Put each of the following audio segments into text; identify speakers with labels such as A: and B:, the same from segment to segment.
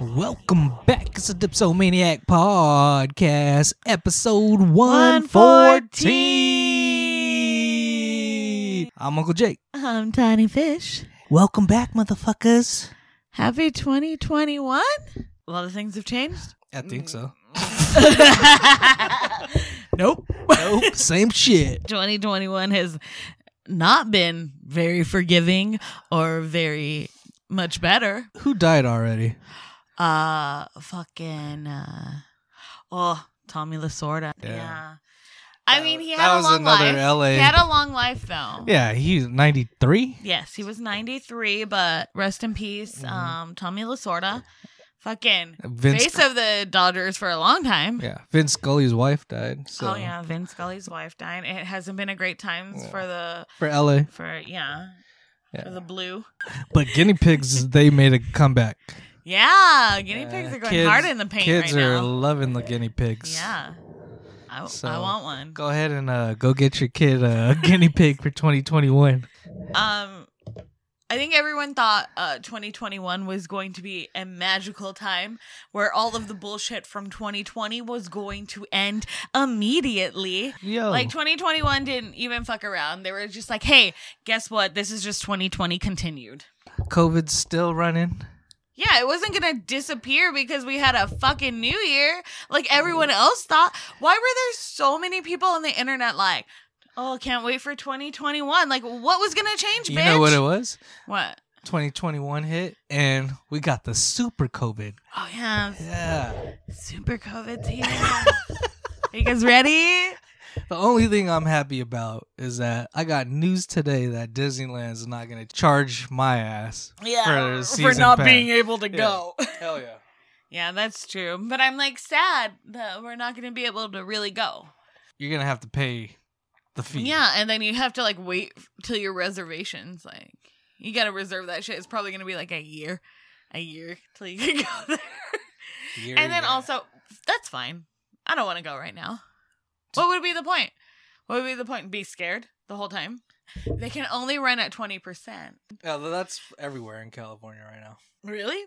A: Welcome back to the Dipsomaniac Podcast, episode 114. I'm Uncle Jake.
B: I'm Um, Tiny Fish.
A: Welcome back, motherfuckers.
B: Happy 2021. A lot of things have changed.
A: I think so.
B: nope.
A: Nope, same shit.
B: 2021 has not been very forgiving or very much better.
A: Who died already?
B: Uh, fucking, uh, oh, Tommy Lasorda.
A: Yeah.
B: Yeah. I
A: That
B: mean,
A: was-
B: he
A: that
B: had a
A: was
B: long
A: another
B: life.
A: LA.
B: He had a long life, though.
A: Yeah, he's 93.
B: Yes, he was 93, but rest in peace,
A: Mhm.
B: um, Tommy Lasorda. Fucking
A: Vince.
B: face of the Dodgers for a long time.
A: yeah, Vince Scully's wife died. So
B: Oh yeah, Vince Scully's wife died. It hasn't been a great time
A: Yeah.
B: for the
A: for LA.
B: for yeah,
A: Yeah.
B: for the blue.
A: But guinea pigs, they made a comeback.
B: Yeah, guinea
A: Yeah,
B: pigs are going
A: kids-
B: hard in the paint
A: Kids
B: right
A: are
B: now.
A: loving the guinea pigs.
B: Yeah, I, I
A: So-
B: want one.
A: Go ahead and uh, go get your kid a guinea pig for 2021.
B: Um, I think everyone thought uh 2021 was going to be a magical time where all of the bullshit from 2020 was going to end immediately.
A: Yo,
B: Like 2021 didn't even fuck around. They were just like, "Hey, guess what? This is just 2020 continued."
A: COVID's still running.
B: Yeah, it wasn't gonna disappear because we had a fucking new year, like everyone else thought. Why were there so many people on the internet like, "Oh, can't wait for 2021"? Like, what was gonna change,
A: You
B: bitch?
A: know what it was?
B: What?
A: 2021 hit, and we got the super COVID.
B: Oh yeah,
A: Yeah.
B: super COVID's here. Are you guys ready?
A: The only thing I'm happy about is that I got news today that Disneyland's not going to charge my ass. For the season pass.
B: able to
A: Yeah. Hell yeah.
B: Yeah, that's true. But I'm like sad that we're not gonna be able to really go.
A: You're going to have to pay the fee.
B: Yeah, and then you have to like wait till your reservations. Like you gotta reserve that shit. It's probably gonna be like a year, a year till you can go there.
A: Year,
B: and then
A: yeah.
B: also, that's fine. I don't want to go right now. What would be the point? What would be the point? Be scared the whole time. They can only run at twenty percent.
A: Yeah, that's everywhere in California right now.
B: Really?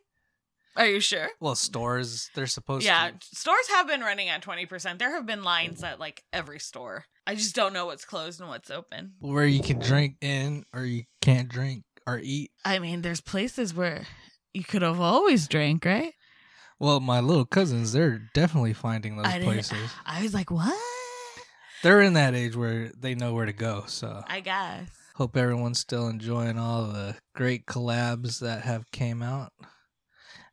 B: Are you sure?
A: Well, stores, they're supposed
B: Yeah,
A: to.
B: stores have been running at twenty percent. There have been lines at like every store. I just don't know what's closed and what's open.
A: where you can drink in or you can't drink or eat.
B: I mean, there's places where you could have always drank, right?
A: Well, my little cousins, they're definitely finding those
B: I didn't-
A: places.
B: I was like, what?
A: They're in that age where they know where to go. So
B: I guess.
A: hope everyone's still enjoying all the great collabs that have came out.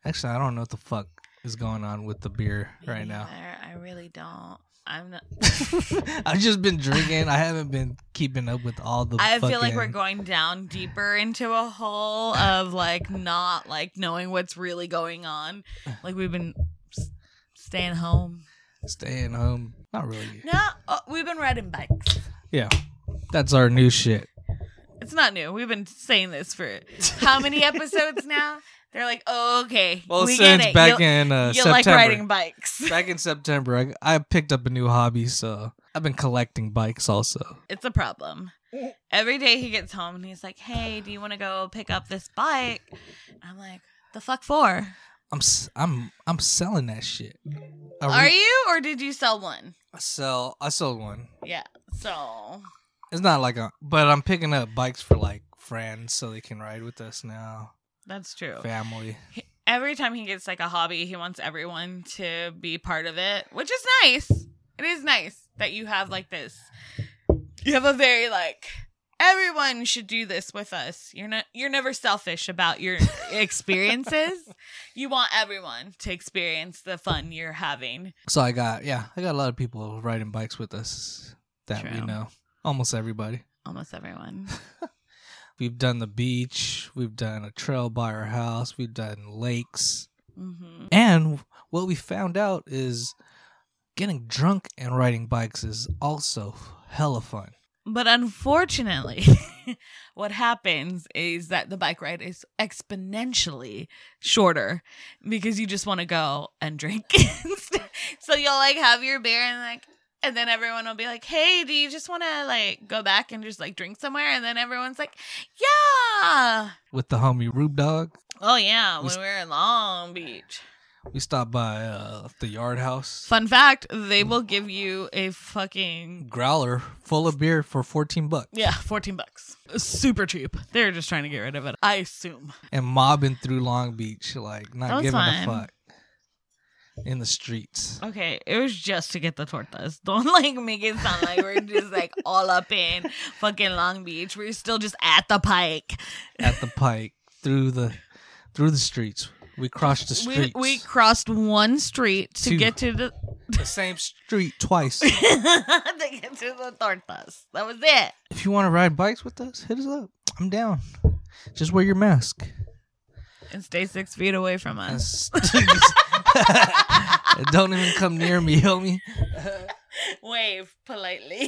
A: Actually, I don't know what the fuck is going on with the beer right now.
B: I, I really don't. I'm not.
A: I've just been drinking. I haven't been keeping up with all the.
B: I feel like we're
A: fucking-
B: going down deeper into a hole of like not like knowing what's really going on. Like we've been s- staying home.
A: staying home. Not really.
B: No, uh, we've been riding bikes.
A: Yeah, that's our new shit.
B: It's not new. We've been saying this for how many episodes now? They're like, oh, okay.
A: Well,
B: we
A: since
B: get it.
A: back
B: you
A: in uh,
B: you
A: September,
B: like riding bikes.
A: back in September, I, I picked up a new hobby, so I've been collecting bikes also.
B: It's a problem. Every day he gets home and he's like, "Hey, do you want to go pick up this bike?" I'm like, "The fuck for?
A: I'm s- I'm I'm selling that shit. I
B: Are you or did you sell one?"
A: I sell I sold one.
B: Yeah. So,
A: It's not like a, but I'm picking up bikes for like friends so they can ride with us now.
B: that's true.
A: Family.
B: Every time he gets like a hobby, he wants everyone to be part of it, which is nice. It is nice that you have like this. You have a very like everyone should do this with us. You're not you're never selfish about your experiences. you want everyone to experience the fun you're having.
A: So I got yeah, I got a lot of people riding bikes with us that we
B: True.
A: know. Almost everybody.
B: Almost everyone.
A: We've done the beach, we've done a trail by our house, we've done lakes.
B: hmm
A: And what we found out is getting drunk and riding bikes is also hella fun.
B: But unfortunately, what happens is that the bike ride is exponentially shorter because you just want to go and drink. instead. so you'll like have your beer and like, And then everyone will be like, "Hey, do you just want to like go back and just like drink somewhere?" And then everyone's like, "Yeah."
A: with the homie Rube Dog.
B: Oh yeah,
A: We
B: when
A: s-
B: we were in Long Beach.
A: We stopped by uh, the Yard House.
B: Fun fact, they will give you a fucking
A: Growler full of beer for 14 bucks.
B: yeah, 14 bucks. Super cheap. They're just trying to get rid of it, I assume.
A: And mobbing through Long Beach, like
B: That
A: not
B: was
A: giving
B: fun.
A: a fuck. In the streets.
B: Okay, it was just to get the tortas. Don't like make it sound like we're just like all up in fucking Long Beach. We're still just at the pike.
A: at the pike through the through the streets. We crossed the
B: We
A: streets.
B: we crossed one street to
A: Two.
B: get to the
A: the same street twice.
B: to get to the tortas. That was it.
A: if you want to ride bikes with us, hit us up. I'm down. Just wear your mask.
B: And stay six feet away from
A: And s-
B: us.
A: and don't even come near me, homie.
B: Wave politely.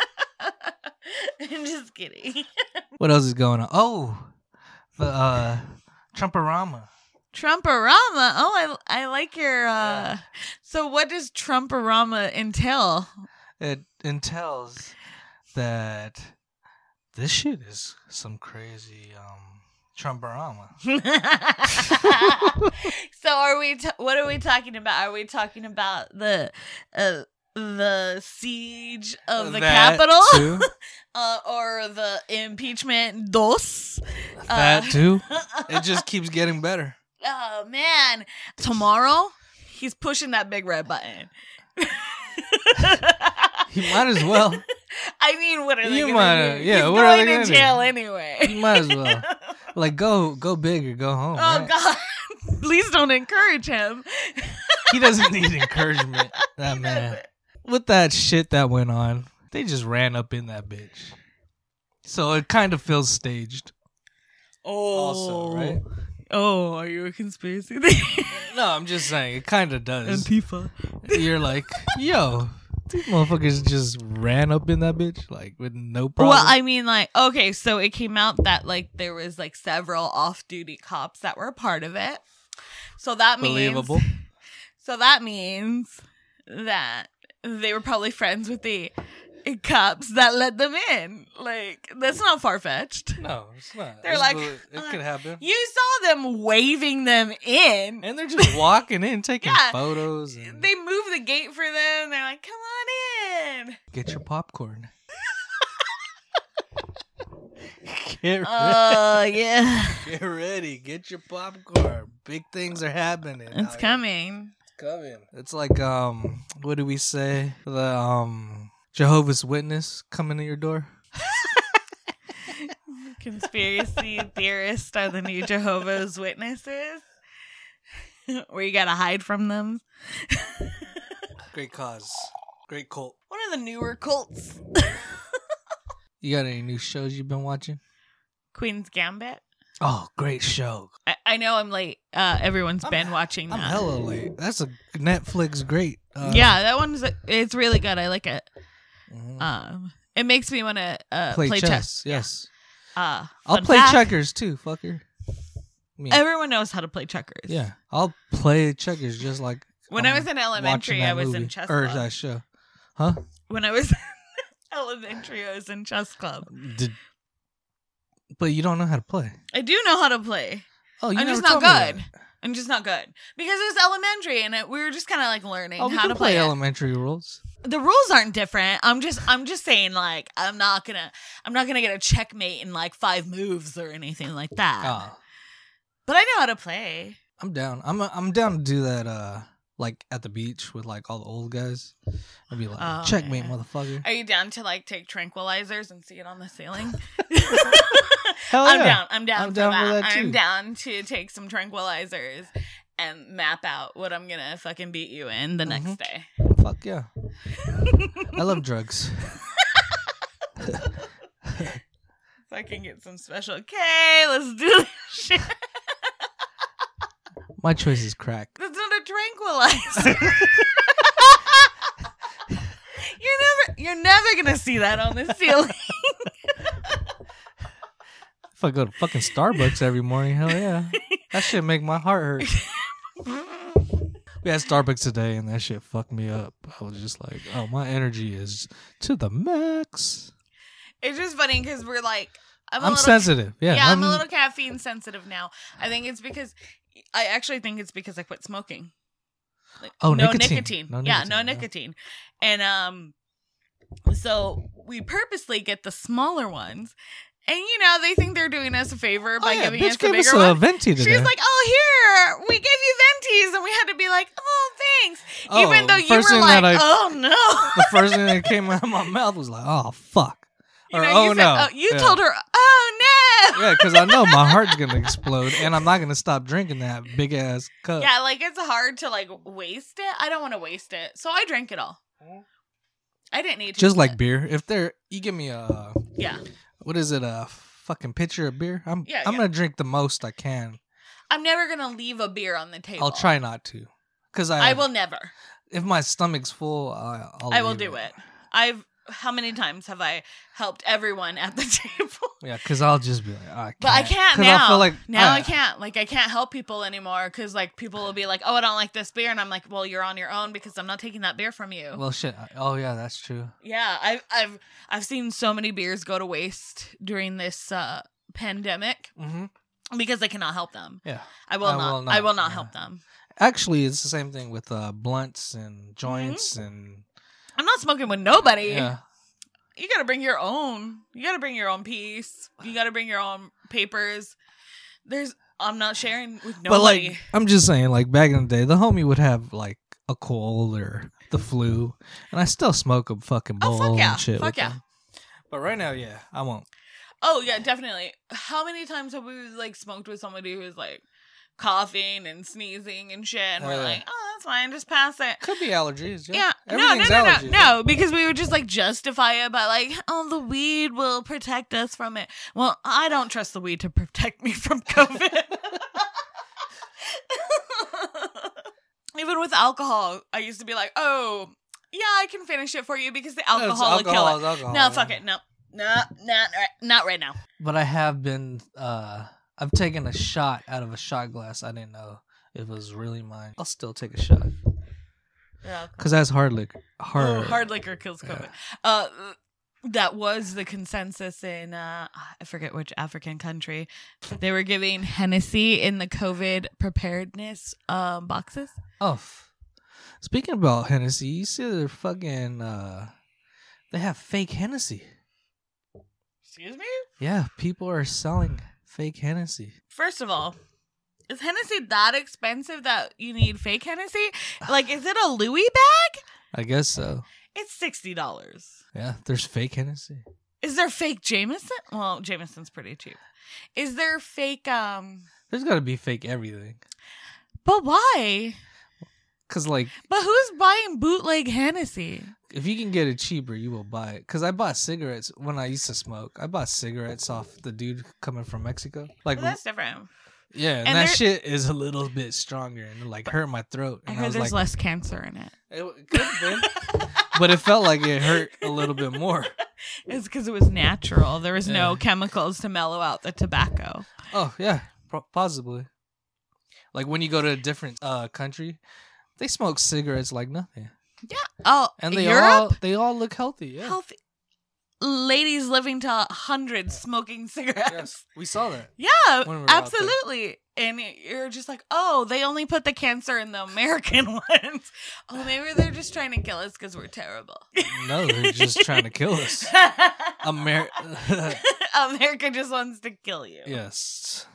B: I'm just kidding.
A: What else is going on? Oh, the uh, Trumparama.
B: Trumparama. Oh, I I like your. uh So, what does Trumparama entail?
A: It entails that this shit is some crazy um, Trumparama.
B: so, are we? T- what are we talking about? Are we talking about the uh, the siege of the
A: That
B: capital,
A: too.
B: uh, or the impeachment dos?
A: that
B: Uh,
A: too. It just keeps getting better.
B: Oh man, tomorrow he's pushing that big red button.
A: He might as well.
B: I mean, what are they
A: You
B: gonna
A: might-
B: do?
A: yeah,
B: he's
A: what are they
B: going
A: gonna
B: to
A: do?
B: jail
A: He
B: anyway.
A: might as well. Like go go big or go home.
B: Oh
A: right?
B: God! Please don't encourage him.
A: He doesn't need encouragement. That man. With that shit that went on, they just ran up in that bitch. So it kind of feels staged
B: Oh,
A: also, right?
B: Oh, are you a conspiracy theorist?
A: No, I'm just saying it kind of does.
B: Antifa.
A: You're like, "Yo, these motherfuckers just ran up in that bitch like with no problem."
B: Well, I mean, like, okay, so it came out that like there was like several off-duty cops that were a part of it. So that means
A: Believable.
B: So that means that they were probably friends with the cops that let them in. Like, that's not far fetched.
A: No, it's not.
B: They're
A: It's
B: like,
A: belie- it could
B: uh,
A: happen.
B: You saw them waving them in.
A: And they're just walking in, taking
B: Yeah.
A: photos. And
B: They moved the gate for them. They're like, come on in.
A: Get your popcorn. get,
B: Oh, yeah.
A: ready, get ready. Get your popcorn. Big things are happening. out
B: It's
A: here.
B: coming.
A: It's coming. It's like um, what do we say? The um, Jehovah's Witness coming to your door.
B: Conspiracy theorists are the new Jehovah's Witnesses. Where you gotta hide from them.
A: Great cause. Great cult.
B: One of the newer cults.
A: You got any new shows you've been watching?
B: Queen's Gambit.
A: Oh, great show.
B: I, I know I'm late. Uh, everyone's
A: I'm-
B: been watching that.
A: I'm hella late. That's a Netflix great. Uh,
B: yeah, that one's it's really good. I like it.
A: mhm.
B: Um, it makes me want to uh,
A: play,
B: play, chess.
A: chess. Yes.
B: Uh,
A: I'll
B: fun
A: play
B: fact,
A: checkers too, fucker. Me.
B: Everyone knows how to play checkers.
A: yeah, I'll play checkers just like
B: When
A: I'm
B: I was in
A: watching
B: elementary,
A: that
B: I was
A: movie,
B: in chess
A: or uh,
B: club.
A: that show. Huh?
B: When I was in elementary, I was in chess club.
A: Did, but you don't know how to play.
B: I do know how to play.
A: Oh, you
B: I'm just
A: never
B: not
A: told me
B: good. I'm just not good because it was elementary, and it, we were just kind of like
A: that.
B: learning
A: Oh, we
B: how
A: can
B: to
A: play,
B: play. it.
A: elementary rules.
B: the rules aren't different. I'm just I'm just saying like I'm not gonna I'm not gonna get a checkmate in like five moves or anything like that.
A: Ah,
B: But I know how to play.
A: I'm down. I'm I'm down to do that. Uh, like at the beach with like all the old guys. I'd be like,
B: Oh,
A: checkmate,
B: yeah.
A: motherfucker.
B: Are you down to like take tranquilizers and see it on the ceiling?
A: Hell
B: I'm
A: Oh, yeah.
B: down. I'm down,
A: I'm
B: for,
A: down
B: that.
A: for that, too.
B: I'm down to take some tranquilizers and map out what I'm gonna fucking beat you in the next
A: Mhm.
B: day.
A: Fuck yeah. I love drugs.
B: So I can get some special K. Let's do this shit.
A: My choice is crack.
B: That's not a tranquilizer. you're never you're never gonna see that on the ceiling.
A: If I go to fucking Starbucks every morning, hell yeah. That shit make my heart hurt. we had Starbucks today, and that shit fucked me up. I was just like, oh, my energy is to the max.
B: It's just funny because we're like, I'm,
A: I'm,
B: a little,
A: sensitive. Yeah,
B: Yeah, I'm a little caffeine sensitive now. I think it's because I actually think it's because I quit smoking. Like,
A: Oh,
B: no
A: nicotine.
B: nicotine.
A: No
B: yeah, no
A: nicotine, yeah.
B: nicotine. And um, so we purposely get the smaller ones, and you know they think they're doing us a favor
A: oh,
B: by
A: yeah,
B: giving
A: bitch
B: us the
A: gave
B: bigger
A: us a
B: one.
A: venti today.
B: She's like, "Oh, here we gave you venties," and we had to be like, "Oh, thanks,"
A: Oh,
B: even though
A: the
B: you
A: first
B: were
A: thing
B: like,
A: that I-
B: "Oh no."
A: the first thing that came out of my mouth was like, oh fuck,
B: You
A: or
B: know,
A: oh
B: you said-
A: no.
B: you
A: Yeah.
B: told her, "Oh no."
A: Yeah, because I know my heart's gonna explode, and I'm not gonna stop drinking that big ass cup.
B: Yeah, like it's hard to like waste it. I don't want to waste it, so I drank it all. I didn't need to
A: Just like
B: but-
A: beer. If there, you give me a
B: yeah.
A: what is it? A fucking pitcher of beer. I'm
B: Yeah,
A: I'm
B: yeah.
A: gonna drink the most I can.
B: I'm never gonna leave a beer on the table.
A: I'll try not to, because I,
B: I will never.
A: If my stomach's full, I, I'll.
B: I will
A: leave
B: do it. I've how many times have I helped everyone at the table?
A: Yeah, because I'll just be like, I
B: But I can't
A: 'Cause
B: now.
A: I feel like
B: now I can't. Like I can't help people anymore because like people will be like, "Oh, I don't like this beer," and I'm like, "Well, you're on your own because I'm not taking that beer from you."
A: Well, shit. I- Oh yeah, that's true.
B: yeah, I've I've I've seen so many beers go to waste during this uh, pandemic
A: hmm
B: because I cannot help them.
A: Yeah.
B: I will,
A: I
B: not,
A: will
B: I
A: not,
B: will not
A: yeah.
B: help them.
A: Actually, it's the same thing with uh, blunts and joints
B: Mm-hmm.
A: and
B: I'm not smoking with nobody.
A: yeah.
B: You got to bring your own. You got to bring your own piece. You got to bring your own papers. There's I'm not sharing with
A: But
B: nobody.
A: like, I'm just saying, like back in the day, the homie would have like a cold or the flu, and I still smoke a fucking
B: Oh,
A: bowl
B: fuck yeah.
A: and shit.
B: Fuck
A: with
B: yeah.
A: them. But right now, yeah, I won't.
B: Oh yeah, definitely. How many times have we like smoked with somebody who's like coughing and sneezing and shit, and
A: Oh,
B: we're
A: yeah.
B: like, oh, that's fine, just pass it.
A: Could be allergies.
B: Yeah,
A: Yeah.
B: no, no,
A: Everything's
B: no, no,
A: allergies.
B: no, because we would just like justify it by like, oh, the weed will protect us from it. Well, I don't trust the weed to protect me from COVID. Even with alcohol, I used to be like, oh, yeah, I can finish it for you because the
A: No, Oh, it's
B: alcohol, will kill it.
A: it's alcohol, Oh,
B: No, fuck
A: yeah.
B: it, no, no, not right, not right now.
A: But I have been. uh I've taken a shot out of a shot glass. I didn't know it was really mine. I'll still take a shot
B: Yeah.
A: because that's hard liquor. Hard.
B: Oh, hard liquor kills
A: Yeah.
B: COVID. Uh, that was the consensus in uh, I forget which African country. They were giving Hennessy in the COVID preparedness um, boxes.
A: Oh, f- speaking about Hennessy, you see they're fucking. uh They have fake Hennessy.
B: Excuse me.
A: Yeah, people are selling fake Hennessy.
B: First of all, is Hennessy that expensive that you need fake Hennessy? Like, is it a Louis bag?
A: I guess so.
B: It's sixty dollars.
A: Yeah, there's fake Hennessy.
B: Is there fake Jameson? Well, Jameson's pretty cheap. Is there fake? Um,
A: There's got to be fake everything.
B: but why?
A: Cause like,
B: But who's buying bootleg Hennessy?
A: if you can get it cheaper, you will buy it. Cause I bought cigarettes when I used to smoke. I bought cigarettes off the dude coming from Mexico. Like,
B: Well, that's different.
A: yeah, and,
B: and
A: that
B: there-
A: shit is a little bit stronger and it, like hurt my throat.
B: I
A: And
B: heard
A: was
B: there's
A: like,
B: less cancer in it.
A: it could have been, but it felt like it hurt a little bit more.
B: It's because it was natural. There was no
A: Yeah.
B: chemicals to mellow out the tobacco.
A: Oh yeah, pro- possibly. Like when you go to a different uh country, they smoke cigarettes like nothing.
B: Oh,
A: and they
B: Europe,
A: all they all look healthy. Yeah,
B: healthy ladies living to hundreds smoking cigarettes.
A: yes, we saw that.
B: Yeah,
A: When we were out there.
B: absolutely. And you're just like, oh, they only put the cancer in the American ones. Oh, maybe they're just trying to kill us because we're terrible.
A: No, they're just trying to kill us. Amer-
B: America just wants to kill you.
A: yes.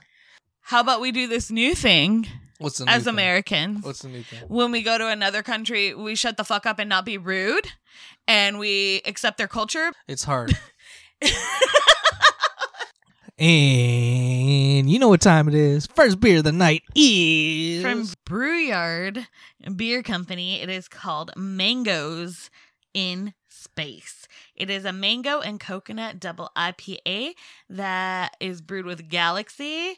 B: How about we do this new thing
A: What's the new
B: as
A: thing?
B: Americans?
A: What's the new thing?
B: when we go to another country, we shut the fuck up and not be rude and we accept their culture.
A: It's hard. and you know what time it is? First beer of the night is
B: From Brewyard Beer Company, it is called Mangoes in Space. It is a mango and coconut double IPA that is brewed with Galaxy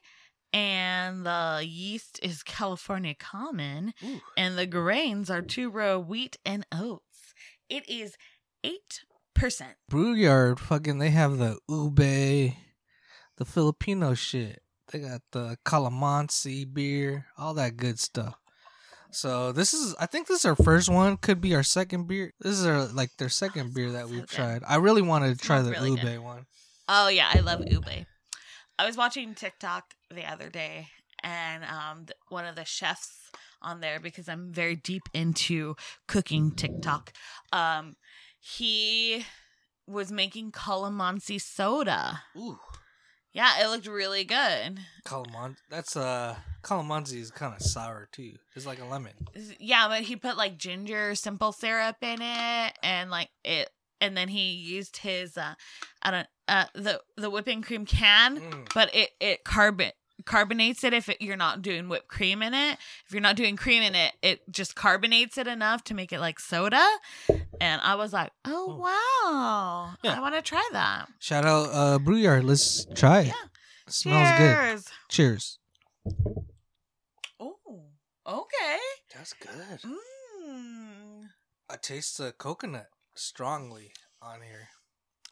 B: and the yeast is California Common.
A: Ooh,
B: and the grains are two row wheat and oats. It is eight percent.
A: Brewyard. Fucking, they have the ube, the Filipino shit. They got the calamansi beer, all that good stuff. So this is, I think this is our first one. Could be our second beer. This is our like their second beer that
B: so
A: we've
B: good.
A: tried. I really wanted to try the
B: smells really
A: ube
B: good.
A: one.
B: Oh yeah, I love ube. I was watching TikTok the other day, and um, th- one of the chefs on there because I'm very deep into cooking TikTok. Um, he was making calamansi soda.
A: Ooh,
B: Yeah, it looked really good.
A: calamansi. That's uh, calamansi is kind of sour too. It's like a lemon.
B: Yeah, but he put like ginger simple syrup in it, and like it, and then he used his uh, I don't uh the the whipping cream can.
A: Mm.
B: but it it carbon carbonates it if it, you're not doing whipped cream in it. If you're not doing cream in it, it just carbonates it enough to make it like soda. And I was like, oh, wow,
A: Yeah.
B: I want to try that.
A: Shout out uh, Brouillard. Let's try it.
B: Yeah.
A: It smells good.
B: Cheers.
A: Cheers.
B: Oh, okay.
A: That's good.
B: Mm.
A: I taste the coconut strongly on here.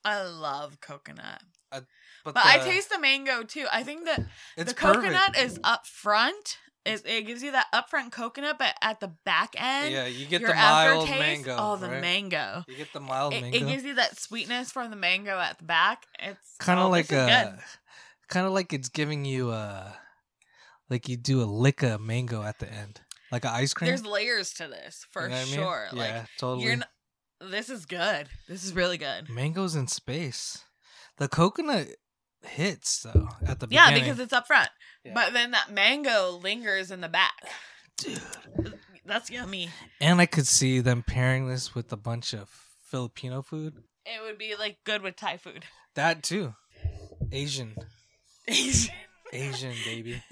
B: I love coconut, but
A: the-
B: I taste the mango too. I think that
A: it's
B: the coconut
A: perfect.
B: is up front. It, it gives you that upfront coconut, but at the back end,
A: Yeah, you get
B: your
A: the mild
B: aftertaste.
A: mango.
B: Oh, the
A: right?
B: mango.
A: You get the mild
B: it,
A: mango.
B: it gives you that sweetness from the mango at the back. It's
A: kind
B: oh,
A: of like
B: this is
A: a,
B: good.
A: kind of like it's giving you a, like you do a lick of mango at the end, like an ice cream.
B: There's layers to this for
A: you know what I mean?
B: sure. Like
A: yeah, totally. Mm,
B: you're. N- this is good. This is really good.
A: Mango's in space. The coconut hits though at the
B: Yeah,
A: beginning.
B: because it's up front,
A: Yeah.
B: but then that mango lingers in the back.
A: Dude.
B: That's yummy.
A: and I could see them pairing this with a bunch of Filipino food.
B: It would be like good with Thai food.
A: That too, Asian,
B: Asian.
A: Asian baby.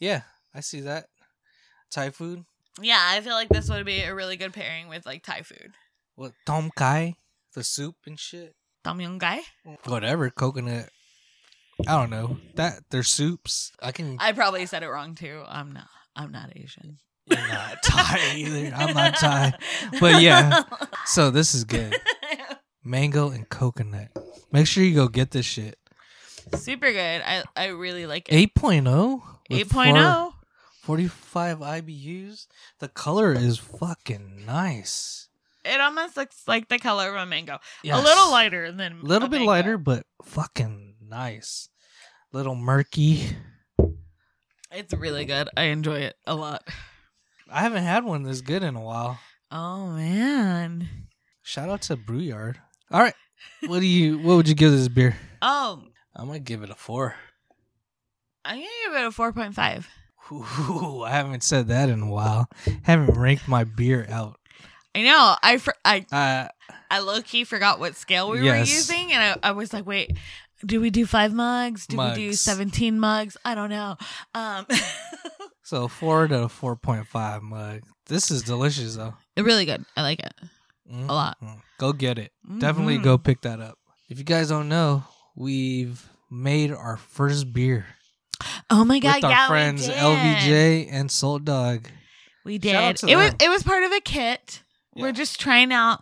A: Yeah, I see that. Thai food.
B: yeah, I feel like this would be a really good pairing with like Thai food.
A: What tom kai, the soup and shit.
B: Tom Yum Gai.
A: whatever coconut i don't know that they're soups i can
B: I probably said it wrong too. I'm not. I'm not Asian.
A: you're not thai either i'm not thai but yeah. so this is good mango and coconut make sure you go get this shit
B: Super good. I, I really like it. oh,
A: 8.0 with
B: 8.0.
A: 4 45 ibus the color is fucking nice
B: It almost looks like the color of a mango.
A: Yes.
B: A little lighter than
A: a little bit
B: mango.
A: lighter but fucking nice little murky
B: It's really good. I enjoy it a lot.
A: i haven't had one this good in a while
B: Oh man.
A: Shout out to Brewyard. All right. What do you what would you give this beer?
B: Oh,
A: I'm gonna give it a four.
B: I'm gonna give it a 4.5.
A: Ooh, I haven't said that in a while. Haven't ranked my beer out.
B: I know. I fr- I
A: Uh
B: I low key forgot what scale we
A: Yes.
B: were using, and I, I was like, wait, do we do five mugs? Do we do
A: Mugs.
B: 17 mugs? I don't know. Um,
A: so four to four point five mug. This is delicious though.
B: really good. I like it
A: Mm,
B: a lot.
A: mm. Go get it. Definitely
B: Mhm.
A: go pick that up. If you guys don't know, we've made our first beer
B: Oh my god,
A: with our
B: yeah,
A: friends
B: we did.
A: LVJ and Salt Dog.
B: We
A: Shout out
B: did.
A: to
B: It was
A: them.
B: it was part of a kit.
A: Yeah.
B: We're just trying out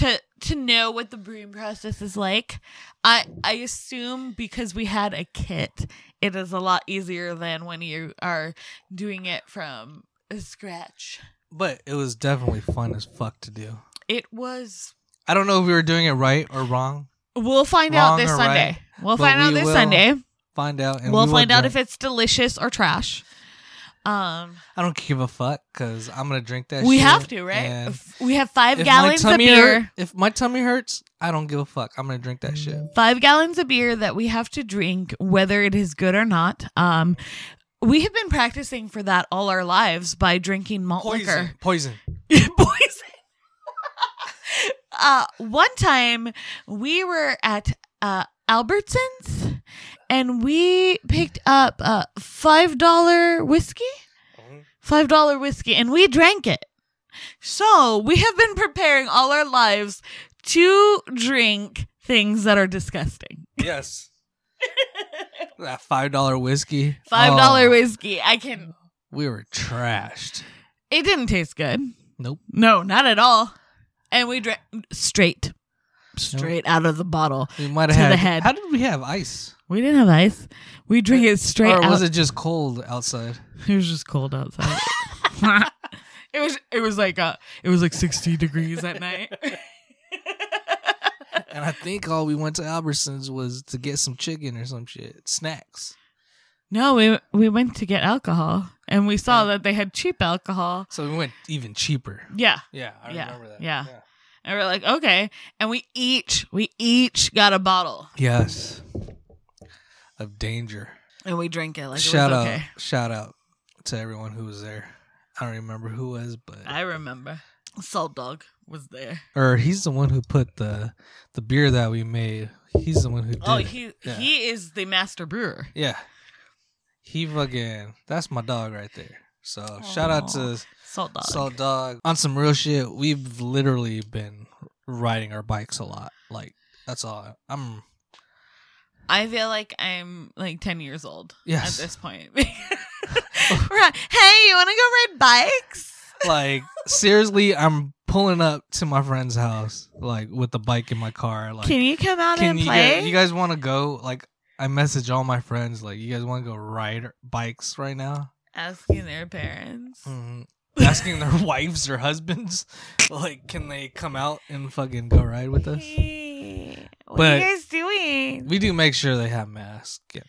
B: to to know what the brewing process is like. I I assume because we had a kit, it is a lot easier than when you are doing it from scratch.
A: But it was definitely fun as fuck to do.
B: It was.
A: I don't know if we were doing it right or wrong.
B: We'll find
A: Wrong
B: out this
A: or
B: Sunday.
A: right,
B: We'll
A: but
B: find out
A: we
B: this
A: will
B: Sunday.
A: Find out and
B: We'll
A: we will
B: find out
A: drink.
B: if it's delicious or trash. Um,
A: I don't give a fuck because I'm gonna drink that.
B: we
A: shit,
B: have to, right?
A: and
B: If We have five
A: if my
B: gallons of
A: tummy
B: beer.
A: hurt- if my tummy hurts, I don't give a fuck. I'm gonna drink that shit.
B: five gallons of beer that we have to drink, whether it is good or not. Um, we have been practicing for that all our lives by drinking malt
A: Poison, poison.
B: liquor. Poison. uh, one time we were at uh, Albertsons and we picked up uh, $5 whiskey. Five dollar whiskey, and we drank it. So we have been preparing all our lives to drink things that are disgusting.
A: Yes. that five dollar whiskey.
B: Five dollar
A: Oh,
B: whiskey. I can.
A: We were trashed.
B: It didn't taste good.
A: Nope.
B: No, not at all. And we drank straight, straight out of the bottle.
A: We might have
B: To the
A: had.
B: head.
A: How did we have ice?
B: We didn't have ice. We drank it straight
A: or was
B: out.
A: it just cold outside?
B: It-, was just cold outside. It was it was like uh it was like 60 degrees at night.
A: And I think all we went to Albertsons was to get some chicken or some shit, snacks.
B: no, we we went to get alcohol and we saw
A: Yeah.
B: that they had cheap alcohol.
A: So we went even cheaper.
B: Yeah.
A: Yeah, I
B: Yeah,
A: remember that.
B: yeah. And we're like, "Okay." And we each we each got a bottle
A: Yes. Of danger.
B: and we drink it like
A: shout
B: it
A: out,
B: was okay.
A: shout out to everyone who was there. I don't remember who was, but
B: I remember. Salt Dog was there.
A: or he's the one who put the the beer that we made. He's the one who did.
B: Oh,
A: it.
B: he
A: Yeah.
B: he is the master brewer.
A: yeah. He fucking that's my dog right there. So shout out
B: Aw.
A: to
B: Salt Dog.
A: Salt Dog. On some real shit, we've literally been riding our bikes a lot. Like that's all. I'm
B: I feel like I'm like 10 years old
A: Yes.
B: at this point. We're like, hey, you want to go ride bikes?
A: like seriously, I'm pulling up to my friend's house like with the bike in my car. Like
B: Can you come out
A: can
B: and
A: you
B: play?
A: guys, you guys want to go? Like I message all my friends like you guys want to go ride bikes right now?
B: Asking their parents.
A: Mhm. Asking their wives or husbands like can they come out and fucking go ride with us?
B: Hey, what
A: But-
B: are you guys doing?
A: We do make sure they have masks. and-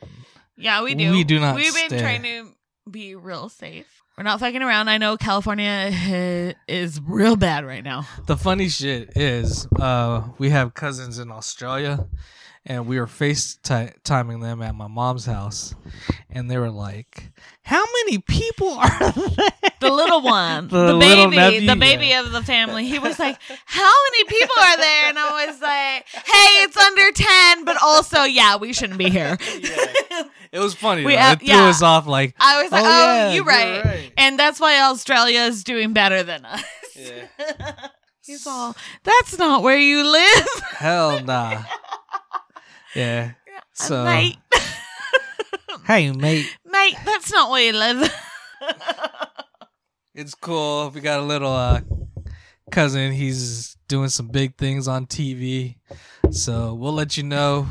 B: Yeah, we do.
A: we do not
B: We've been
A: stay.
B: trying to be real safe. We're not fucking around. I know California hi- is real bad right now.
A: The funny shit is, uh, we have cousins in Australia, and we were FaceTiming them at my mom's house, and they were like, "How many people are there?"
B: The little one,
A: The
B: the,
A: little
B: baby,
A: nephew,
B: the baby
A: yeah.
B: of the family. He was like, "How many people are there?" And I was like, "Hey, it's under ten, but also, yeah, we shouldn't be here."
A: It was funny.
B: We
A: though.
B: have-
A: it threw
B: yeah.
A: us off. Like,
B: I was like, "Oh,
A: yeah,
B: you're right. And that's why Australia is doing better than us.
A: Yeah.
B: He's all, "That's not where you live."
A: Hell nah. yeah. So,
B: mate,
A: hey mate,
B: mate, that's not where you live.
A: it's cool. We got a little uh, cousin. He's doing some big things on TV, so we'll let you know.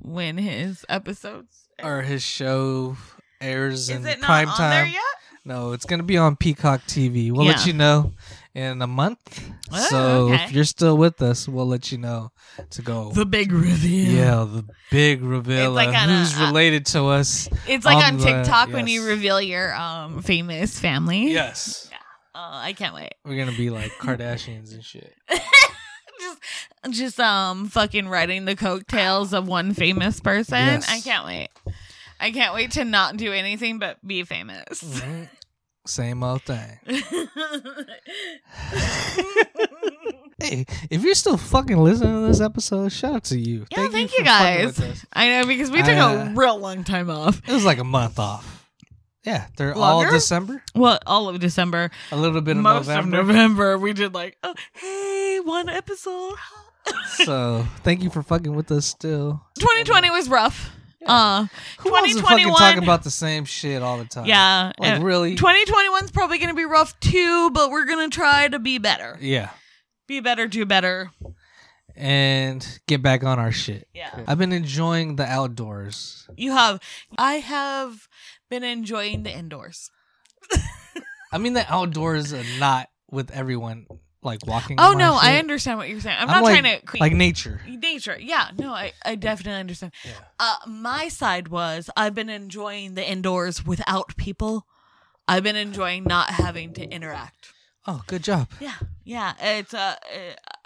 B: when his episodes
A: or his show airs in
B: is it not
A: prime
B: on
A: time.
B: there yet?
A: No, it's gonna be on Peacock TV. We'll let
B: Yeah.
A: you know in a month.
B: Oh,
A: so if
B: okay.
A: you're still with us, we'll let you know to go.
B: The big reveal.
A: yeah, the big reveal.
B: It's like
A: of
B: on a- uh,
A: who's related to us?
B: It's like
A: On
B: on,
A: the-
B: TikTok when you
A: yes.
B: reveal your um famous family.
A: Yes,
B: Oh, I can't wait.
A: we're gonna be like Kardashians and shit.
B: Just just um fucking writing the coattails of one famous person.
A: Yes.
B: I can't wait. I can't wait to not do anything but be famous.
A: Mhm. Same old thing. Mm. Hey, if you're still fucking listening to this episode, shout out to you.
B: Yeah, thank
A: for fucking
B: you guys.
A: with us.
B: I know because we took
A: I, uh,
B: a real long time off.
A: It was like a month off. Yeah, they're all
B: Longer?
A: December.
B: Well, all of December,
A: A little bit of
B: most
A: November.
B: of November, we did like, oh, hey, one episode.
A: so thank you for fucking with us still.
B: 2020 was rough. Uh,
A: Who wants to fucking
B: 2021
A: talk about the same shit all the time?
B: yeah,
A: Like
B: uh,
A: really?
B: 2021's probably going to be rough too, but we're going to try to be better.
A: yeah.
B: Be better, do better.
A: And get back on our shit.
B: Yeah.
A: I've been enjoying the outdoors.
B: You have I have been enjoying the indoors.
A: I mean the outdoors are not with everyone like walking.
B: Oh
A: on my
B: no, I
A: shit.
B: understand what you're saying. I'm,
A: I'm
B: not
A: like-
B: trying to cre-
A: Like nature.
B: nature. Yeah, no, I, I definitely understand.
A: Yeah.
B: Uh, my side was I've been enjoying the indoors without people. I've been enjoying not having to interact.
A: Oh, good job.
B: Yeah, yeah. It's uh, uh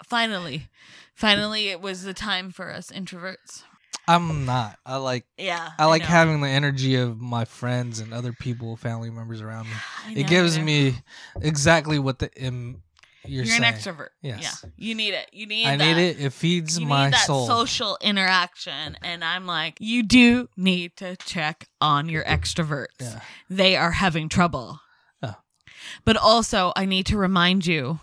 B: finally, finally, it was the time for us introverts.
A: I'm not. I like
B: Yeah,
A: I like
B: know.
A: having the energy of my friends and other people, family members around me.
B: I
A: It
B: know,
A: gives
B: I know.
A: me exactly what the Im- you're,
B: You're,
A: saying.
B: an extrovert.
A: Yes.
B: Yeah, you need it. You need.
A: I
B: that.
A: need it. It feeds
B: You
A: my
B: need that
A: soul.
B: social interaction, and I'm like, you do need to check on your extroverts.
A: Yeah.
B: They are having trouble.
A: Oh.
B: But also, I need to remind you: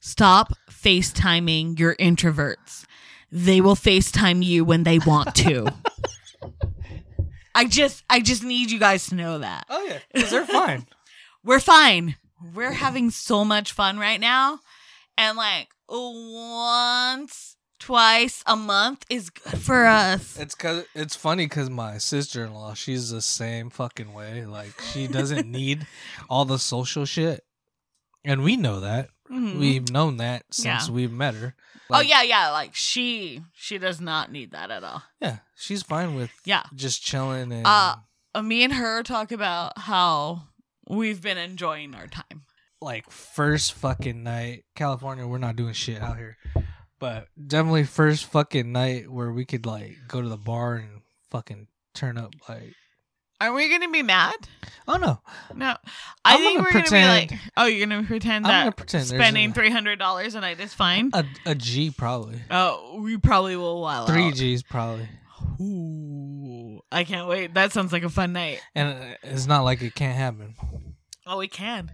B: stop FaceTiming your introverts. They will FaceTime you when they want to. I just, I just need you guys to know that
A: Oh yeah, because they're fine.
B: we're fine. We're having so much fun right now. And like once, twice a month is good for us.
A: It's cause it's funny because my sister in law, she's the same fucking way. Like she doesn't need all the social shit. and we know that
B: Mhm.
A: we've known that since
B: Yeah.
A: we've met her.
B: oh
A: Like,
B: yeah, yeah. Like she, she does not need that at all.
A: yeah, she's fine with
B: Yeah.
A: just chilling and
B: Uh, Uh, me and her talk about how we've been enjoying our time.
A: like first fucking night. California, we're not doing shit out here, but definitely first fucking night where we could like go to the bar and fucking turn up. Like,
B: Are we gonna be mad?
A: oh no,
B: No, I
A: I'm
B: think
A: gonna
B: we're gonna
A: pretend-
B: be like, oh, you're gonna pretend
A: I'm
B: that
A: gonna pretend there's
B: spending
A: a- Uh,
B: three hundred dollars a night is fine.
A: a a G probably
B: oh, we probably will wild
A: three
B: out.
A: G's probably,
B: Ooh, I can't wait. That sounds like a fun night.
A: and uh, it's not like it can't happen.
B: Oh, we can,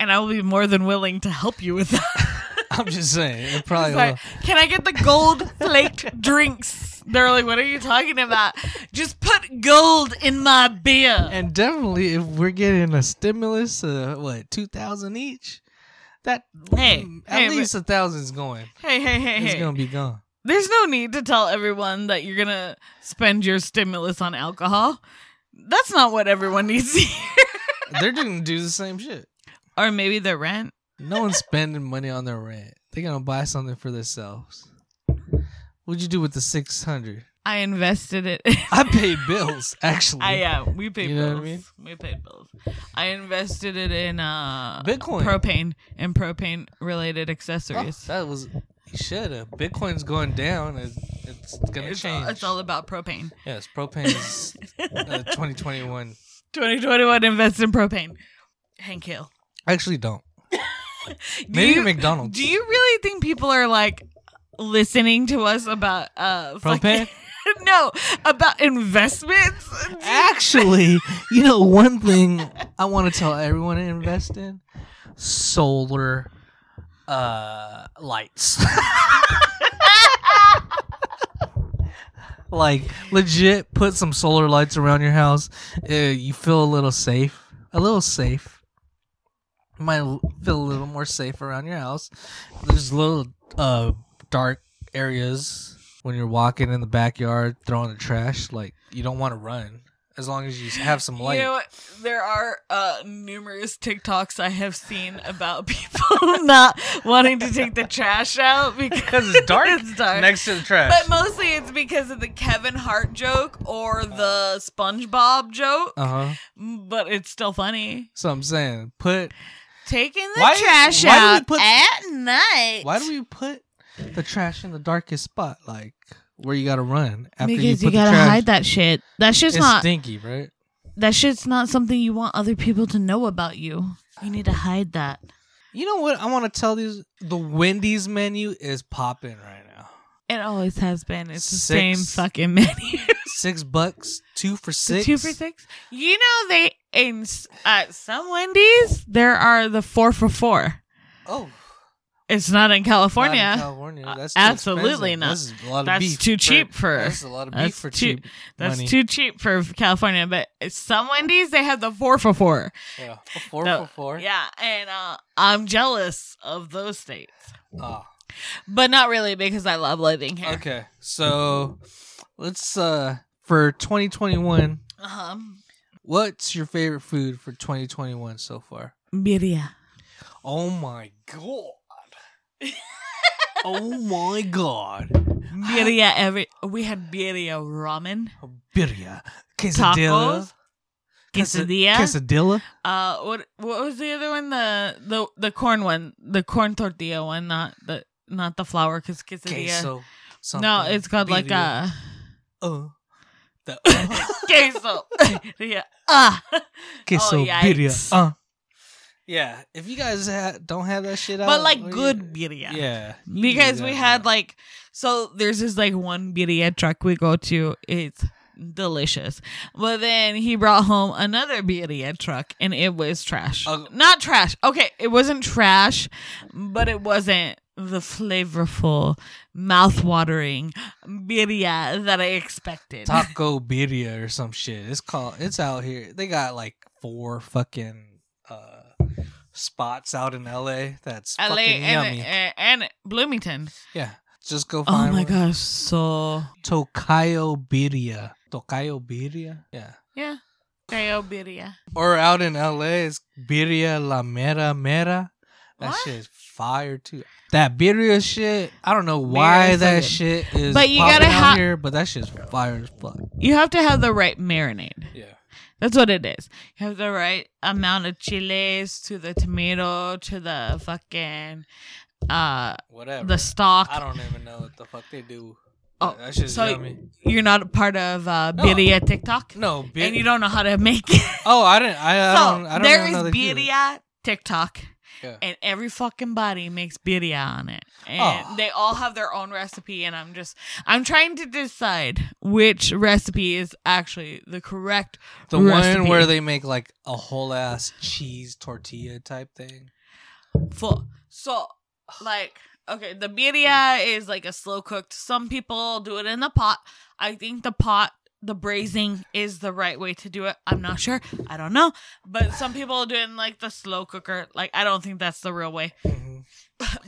B: and I will be more than willing to help you with that.
A: I'm just saying it probably.
B: It's like, can I get the gold flaked drinks? They're like, what are you talking about? Just put gold in my beer.
A: And definitely, if we're getting a stimulus, uh, what two thousand each, that
B: Hey,
A: mm, at
B: hey, but-
A: least a thousand's going.
B: hey, hey, hey,
A: It's
B: hey.
A: gonna be gone.
B: There's no need to tell everyone that you're gonna spend your stimulus on alcohol. That's not what everyone needs to hear.
A: They're gonna do the same shit.
B: or maybe the rent.
A: No one's spending money on their rent. They're gonna buy something for themselves. What'd you do with the six hundred?
B: I invested it.
A: I paid bills actually.
B: I yeah, we paid
A: You know
B: bills.
A: what I mean?
B: We paid bills. I invested it in uh
A: Bitcoin.
B: propane and propane related
A: Oh,
B: accessories.
A: that was you should have. Bitcoin's going down. It's, it's gonna
B: it's,
A: change.
B: all, it's all about propane.
A: yes, propone's uh, twenty twenty one.
B: 2021 invest in propane. Hank Hill.
A: Actually, don't.
B: Do
A: Maybe
B: you,
A: McDonald's.
B: do you really think people are like listening to us about uh
A: Propane?
B: fucking- no, about investments.
A: Actually, you know one thing I want to tell everyone to invest in: solar uh lights. like legit, put some solar lights around your house. Uh, you feel a little safe, a little safe. You might l- feel a little more safe around your house. There's little uh dark areas when you're walking in the backyard throwing the trash. Like you don't want to run as long as you have some light.
B: You know, what? there are uh, numerous TikToks I have seen about people not wanting to take the trash out because
A: because it's dark,
B: It's dark.
A: next to the trash.
B: But mostly it's because of the Kevin Hart joke or the SpongeBob joke,
A: Uh huh.
B: but it's still funny.
A: So I'm saying, put
B: Taking the
A: Why-
B: trash
A: why do we
B: out
A: put-
B: at night.
A: Why do we put the trash in the darkest spot, like where you gotta run after
B: because
A: you
B: you,
A: put
B: gotta
A: the trash?
B: hide that shit. That shit's
A: it's
B: not
A: stinky, right?
B: that shit's not something you want other people to know about you. You need to hide that.
A: You know what? I want to tell these the Wendy's menu is popping right now.
B: It always has been. It's the same
A: Six.
B: fucking menu.
A: Six bucks, two for
B: The
A: six.
B: two for six. You know they in s- at some Wendy's there are the four for four.
A: Oh,
B: It's not in
A: not in
B: California.
A: California.
B: Uh,
A: That's too
B: absolutely
A: expensive.
B: not.
A: That's a lot of
B: That's
A: beef
B: too cheap for-
A: That's a lot of beef
B: that's
A: for
B: too-
A: cheap.
B: That's
A: money.
B: too cheap for California, but some Wendy's they have the four for four.
A: Yeah, a four
B: No,
A: for four.
B: Yeah, and uh, I'm jealous of those states,
A: Ah,
B: but not really because I love living here.
A: okay, so let's uh for 2021.
B: Um,
A: What's your favorite food for 2021 so far?
B: birria.
A: Oh my god. oh my god.
B: Birria every. We had birria ramen,
A: Birria. Quesadilla.
B: tacos,
A: Quesa-
B: quesadilla.
A: Quesadilla.
B: Uh, what what was the other one? The the the corn one, the corn tortilla one, not the not the flour because quesadilla.
A: Queso. Something.
B: No, it's called like
A: Birria.
B: a
A: Uh, the, uh.
B: queso. yeah. Ah.
A: queso
B: yikes.
A: birria. Uh. Yeah. If you guys ha- don't have that shit out.
B: but like
A: what do you-
B: good birria.
A: Oh, Yeah. you need
B: Because
A: that
B: we
A: now.
B: had like so there's this like one birria truck we go to. It's delicious. But then he brought home another birria truck and it was trash.
A: Uh,
B: Not trash. Okay, it wasn't trash, but it wasn't the flavorful, mouth-watering birria that I expected.
A: Taco Birria or some shit. It's called. It's out here. They got like four fucking uh spots out in L.A. That's
B: LA
A: fucking
B: and,
A: yummy.
B: and, and Bloomington.
A: yeah, just go
B: Oh
A: find.
B: my
A: one.
B: gosh, so
A: Tokayo Birria. Tokayo Birria. Yeah.
B: yeah. Creo birria.
A: Or out in L.A. is Birria La Mera Mera. That
B: What?
A: shit is fire too. That birria shit. I don't know why
B: Birria is so
A: that
B: good.
A: shit is
B: But you
A: popping
B: gotta
A: out
B: ha-
A: here, but that shit's fire as fuck.
B: You have to have the right marinade.
A: Yeah.
B: That's what it is. You have the right amount of chiles to the tomato to the fucking uh
A: Whatever.
B: the stock.
A: I don't even know what the fuck they do.
B: Oh,
A: that shit's
B: so-
A: yummy.
B: You're not a part of uh
A: No.
B: birria TikTok.
A: No, bir-
B: And you don't know how to make it.
A: Oh, I didn't. I, I don't. I
B: so
A: don't
B: there
A: even
B: is
A: know they do that.
B: birria TikTok.
A: Yeah.
B: And every fucking body makes birria on it. And
A: Oh.
B: they all have their own recipe and I'm just I'm trying to decide which recipe is actually the correct
A: The one
B: recipe.
A: where they make like a whole ass cheese tortilla type thing.
B: full. So, like, okay, the birria is like a slow cooked. Some people do it in the pot. I think the pot, the braising is the right way to do it. I'm not sure. I don't know. But some people do it in like the slow cooker. Like, I don't think that's the real way.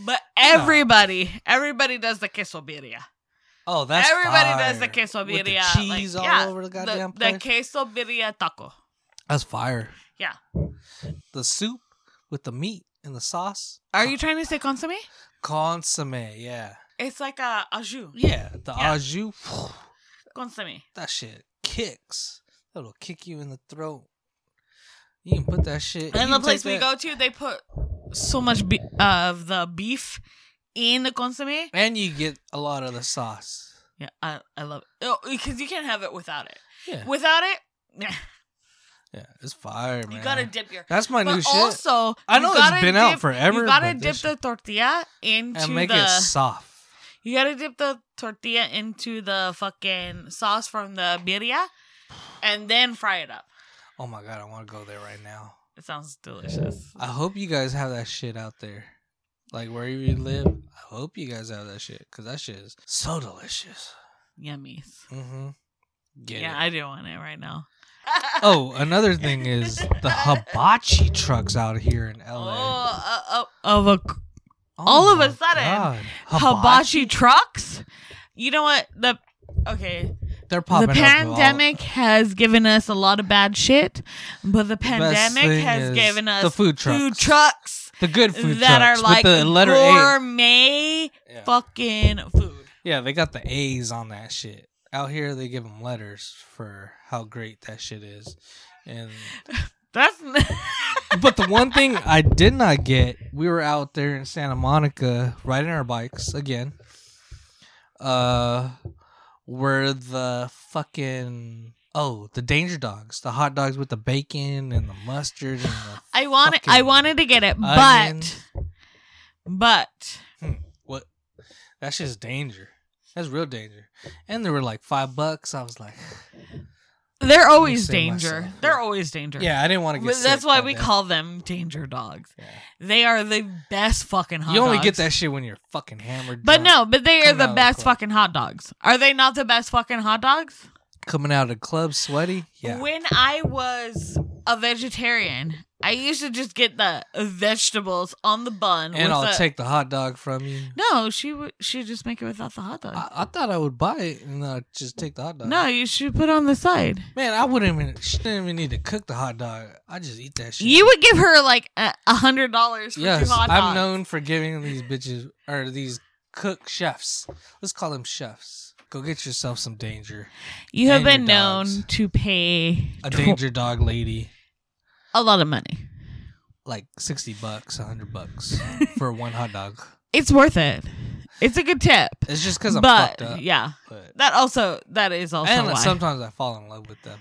B: But everybody, everybody does the queso birria.
A: Oh, that's
B: everybody
A: fire.
B: does the queso
A: With the
B: birria. like,
A: cheese all
B: yeah,
A: over the
B: the,
A: goddamn place.
B: the queso birria taco.
A: that's fire.
B: Yeah.
A: The soup with the meat and the sauce.
B: Are you trying to say consomme?
A: Consomme, yeah.
B: It's like a, a jus.
A: Yeah, the
B: Yeah.
A: au jus.
B: Consomme.
A: That shit kicks. That'll kick you in the throat. You can put that shit.
B: And
A: you
B: the
A: can
B: place
A: take
B: we
A: that-
B: go to, they put so much be- of the beef in the consomme.
A: And you get a lot of the sauce.
B: Yeah, I, I love it Oh, because you can't have it without it.
A: Yeah.
B: Without it, nah,
A: Yeah, it's fire, man.
B: you gotta dip your.
A: That's my new
B: But
A: shit.
B: also,
A: I
B: you
A: know it's
B: gotta
A: been out
B: dip-
A: forever,
B: You gotta
A: but
B: dip
A: this
B: the tortilla into
A: and make
B: the.
A: it soft.
B: you gotta dip the tortilla into the fucking sauce from the birria, and then fry it up.
A: Oh my god, I want to go there right now.
B: It sounds delicious.
A: I hope you guys have that shit out there, like wherever you live. I hope you guys have that shit because that shit is so delicious.
B: Yummies.
A: Mm-hmm. Get
B: yeah,
A: it.
B: I do want it right now.
A: Oh, another thing is the hibachi trucks out here in LA.
B: Oh, uh, uh, of a c-
A: Oh
B: all of a
A: my
B: sudden,
A: God.
B: hibachi, trucks. You know what? The okay,
A: They're popping
B: the
A: up with all-
B: pandemic has given us a lot of bad shit, but the pandemic
A: thing
B: has
A: is
B: given
A: the
B: us
A: food trucks.
B: trucks
A: the good food
B: that
A: trucks
B: are like
A: with the letter A.
B: gourmet
A: Yeah.
B: fucking food.
A: Yeah, they got the A's on that shit. Out here, they give them letters for how great that shit is, and
B: That's
A: but the one thing I did not get, we were out there in Santa Monica riding our bikes again. Uh were the fucking oh, the danger dogs, the hot dogs with the bacon and the mustard and the
B: I wanted I
A: Fucking
B: wanted to get it,
A: onion.
B: but but
A: what that's just danger. That's real danger. And they were like five bucks. I was like
B: they're always
A: save
B: danger.
A: myself.
B: They're always danger.
A: Yeah, I didn't want to get
B: But
A: sick
B: that's why
A: that
B: we
A: day.
B: call them danger dogs.
A: Yeah.
B: They are the best fucking hot
A: You only
B: dogs.
A: get that shit when you're fucking hammered.
B: But
A: drunk,
B: no, but they are
A: Coming out
B: the
A: of
B: best
A: club.
B: fucking hot dogs. Are they not the best fucking hot dogs?
A: coming out of the club sweaty. Yeah.
B: When I was a vegetarian, I used to just get the vegetables on the bun.
A: and
B: with
A: I'll
B: the-
A: take the hot dog from you.
B: No, she would. She would just make it without the hot dog.
A: I, I thought I would buy it and I'd just take the hot dog.
B: no, you should put on the side.
A: man, I wouldn't even. She didn't even need to cook the hot dog. I just eat that shit.
B: You would give her like a a hundred dollars for
A: yes,
B: two hot dogs.
A: I'm known for giving these bitches or these cook chefs. Let's call them chefs. Go get yourself some danger.
B: you have
A: and your
B: been known
A: dogs.
B: to pay
A: A danger dog lady,
B: a lot of money.
A: like sixty bucks, hundred bucks for one hot dog.
B: It's worth it. It's a good tip.
A: It's just because I'm
B: but
A: fucked up.
B: yeah,
A: But,
B: that also that is also
A: and
B: why.
A: sometimes I fall in love with them.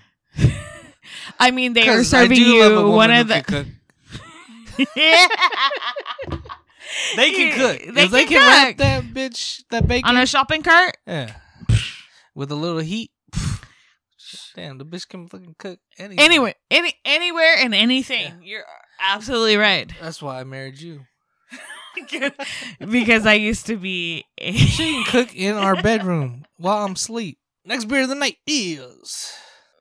B: I mean, they are
A: 'Cause I
B: serving
A: do love a
B: you
A: woman
B: one
A: who
B: of the.
A: can cook. They can cook.
B: They
A: if they
B: can
A: can wrap
B: cook.
A: that bitch, that bacon
B: on a shopping cart.
A: Yeah. With a little heat. Damn, the bitch can fucking cook anything.
B: Anyway, any anywhere and anything. You're absolutely right.
A: That's why I married you.
B: because I used to be. a-
A: She can cook in our bedroom while I'm asleep. Next beer of the night is.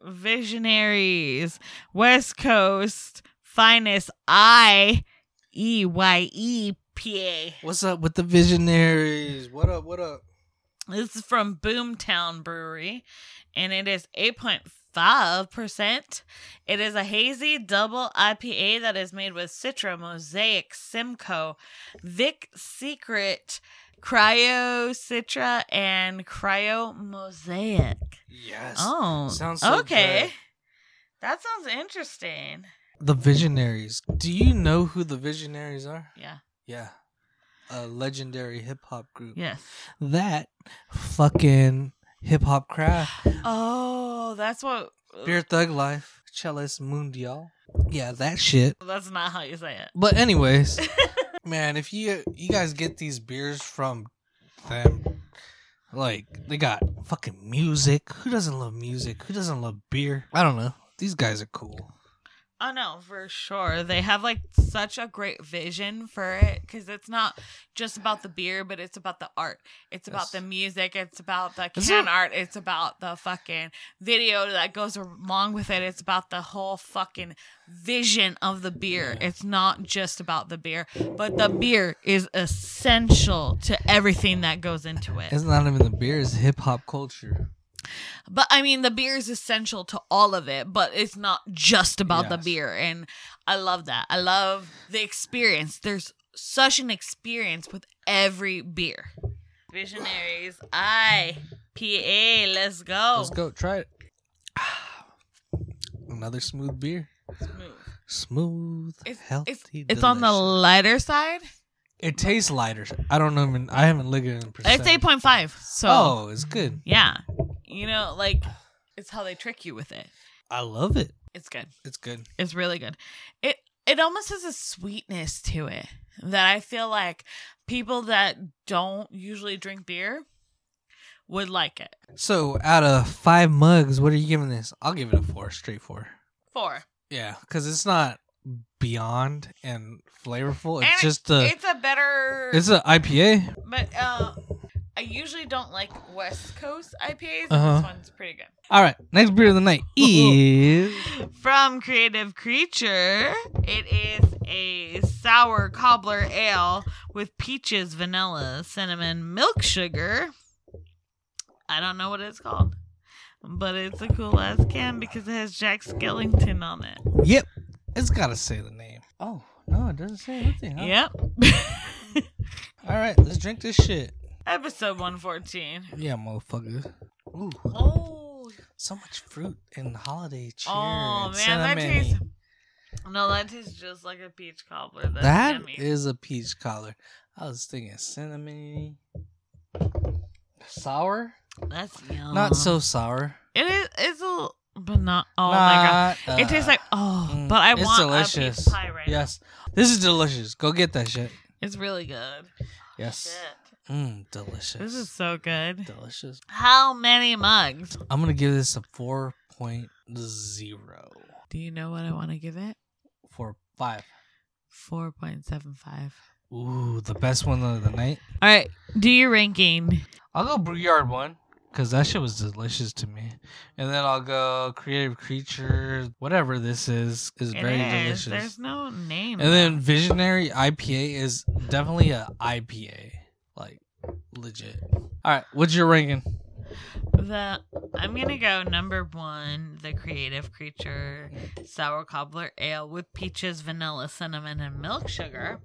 B: Visionaries, West Coast finest. I E Y E P A.
A: What's up with the visionaries? What up, what up?
B: This is from Boomtown Brewery, and it is eight point 5%. It is a hazy double IPA that is made with Citra, Mosaic, Simcoe, Vic Secret, Cryo Citra, and Cryo Mosaic.
A: Yes.
B: Oh,
A: Sounds so
B: okay.
A: good.
B: That sounds interesting.
A: The Visionaries. Do you know who the Visionaries are?
B: Yeah.
A: Yeah. A legendary hip hop group.
B: Yes.
A: That fucking hip hop crowd.
B: Oh, that's what.
A: Beer Thug Life. Chelas Mundial. Yeah, that shit.
B: That's not how you say it.
A: But anyways, man, if you you guys get these beers from them, like they got fucking music. Who doesn't love music? Who doesn't love beer? I don't know. These guys are cool.
B: Oh no, for sure. They have like such a great vision for it because it's not just about the beer, but it's about the art. It's
A: Yes.
B: about the music. It's about the
A: Is
B: can
A: it-
B: art. It's about the fucking video that goes along with it. It's about the whole fucking vision of the beer.
A: Yeah.
B: It's not just about the beer, but the beer is essential to everything that goes into it.
A: It's not even the beer; it's hip hop culture.
B: But I mean, the beer is essential to all of it, but it's not just about the
A: Yes.
B: beer. And I love that. I love the experience. There's such an experience with every beer. Visionaries, I, PA, let's go.
A: Let's go try it. Another smooth beer,
B: Smooth.
A: smooth,
B: It's,
A: healthy.
B: it's, it's on the
A: delicious.
B: lighter side.
A: It tastes lighter. I don't know. Even, I haven't looked at it in percent.
B: It's 8.5. So,
A: Oh, it's good.
B: yeah. You know, like, it's how they trick you with it.
A: I love it.
B: It's good.
A: It's good.
B: It's really good. It it almost has a sweetness to it that I feel like people that don't usually drink beer would like it.
A: So, out of five mugs, what are you giving this? I'll give it a four, straight four.
B: Four.
A: Yeah, because it's not beyond and flavorful. It's
B: And
A: just a.
B: it's a better
A: It's an IPA.
B: but uh I usually don't like West Coast IPAs. and
A: Uh-huh.
B: This one's pretty good.
A: All right, next beer of the night is
B: From Creative Creature, it is a sour cobbler ale with peaches, vanilla, cinnamon, milk sugar. I don't know what it's called, but it's a cool ass can because it has Jack Skellington on it.
A: yep. It's gotta say the name. Oh no, it doesn't say anything. huh?
B: Yep.
A: All right, let's drink this shit.
B: Episode 114.
A: Yeah, motherfucker. Ooh,
B: Oh,
A: so much fruit and holiday cheer.
B: Oh,
A: and
B: man, that
A: cinnamony.
B: tastes- no, that tastes just like a peach cobbler. That's
A: That
B: yummy.
A: is a peach collar. I was thinking cinnamon, sour,
B: That's yum.
A: not so sour.
B: It is. It's a. little- But not. Uh-huh. Oh my god.
A: Not,
B: It tastes
A: uh,
B: like oh,
A: mm,
B: but I
A: it's
B: want a
A: delicious.
B: piece of pie right now.
A: yes. This is delicious. Go get that shit.
B: It's really good.
A: Yes,
B: Shit.
A: mm, delicious.
B: This is so good.
A: delicious.
B: How many mugs?
A: I'm gonna give this a 4.0.
B: Do you know what I want to give it?
A: Four five.
B: Four point seven five.
A: Ooh, the best one of the night.
B: All right, do your ranking.
A: I'll go Brew Yard one because that shit was delicious to me, and then I'll go Creative Creature. Whatever this is is
B: It
A: very
B: is.
A: delicious.
B: There's no name.
A: And then Visionary IPA is definitely a IPA, like legit. All right, what's your ranking?
B: the I'm gonna go number one, the creative creature sour cobbler ale with peaches, vanilla, cinnamon, and milk sugar.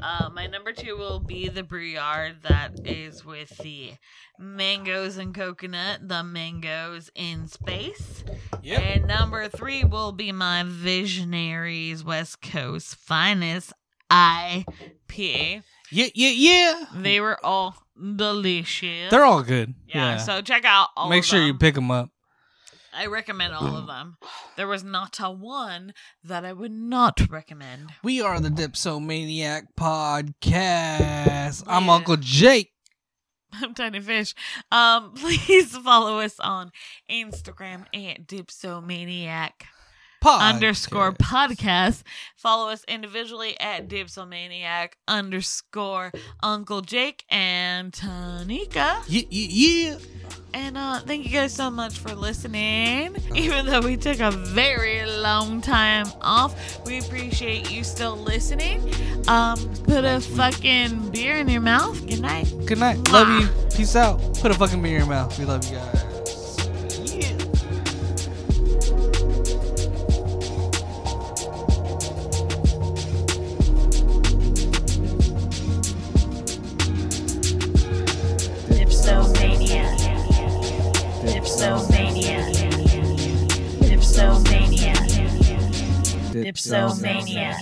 B: Uh, my number two will be the Brouillard that is with the mangoes and coconut, the mangoes in space. And number three will be my Visionaries West Coast Finest IPA.
A: Yeah, yeah, yeah.
B: They were all delicious.
A: They're all good.
B: yeah, so check out all
A: make
B: of
A: sure you
B: them.
A: pick them up.
B: I recommend all of them. There was not a one that I would not recommend.
A: We are the Dipsomaniac Podcast. I'm
B: Yeah.
A: Uncle Jake.
B: I'm Tiny Fish. Um, please follow us on Instagram at Dipsomaniac
A: Podcast.
B: underscore podcast. Follow us individually at Dipsomaniac underscore Uncle Jake and Tanika.
A: Yeah, yeah, yeah.
B: And uh, thank you guys so much for listening. Even though we took a very long time off, we appreciate you still listening. Um, put a
A: Next week.
B: fucking beer in your mouth. Good night.
A: Good night. Love you. Peace out. Put a fucking beer in your mouth. We love you guys. Yeah.
C: Dipsomania. Dipsomania. Dipsomania.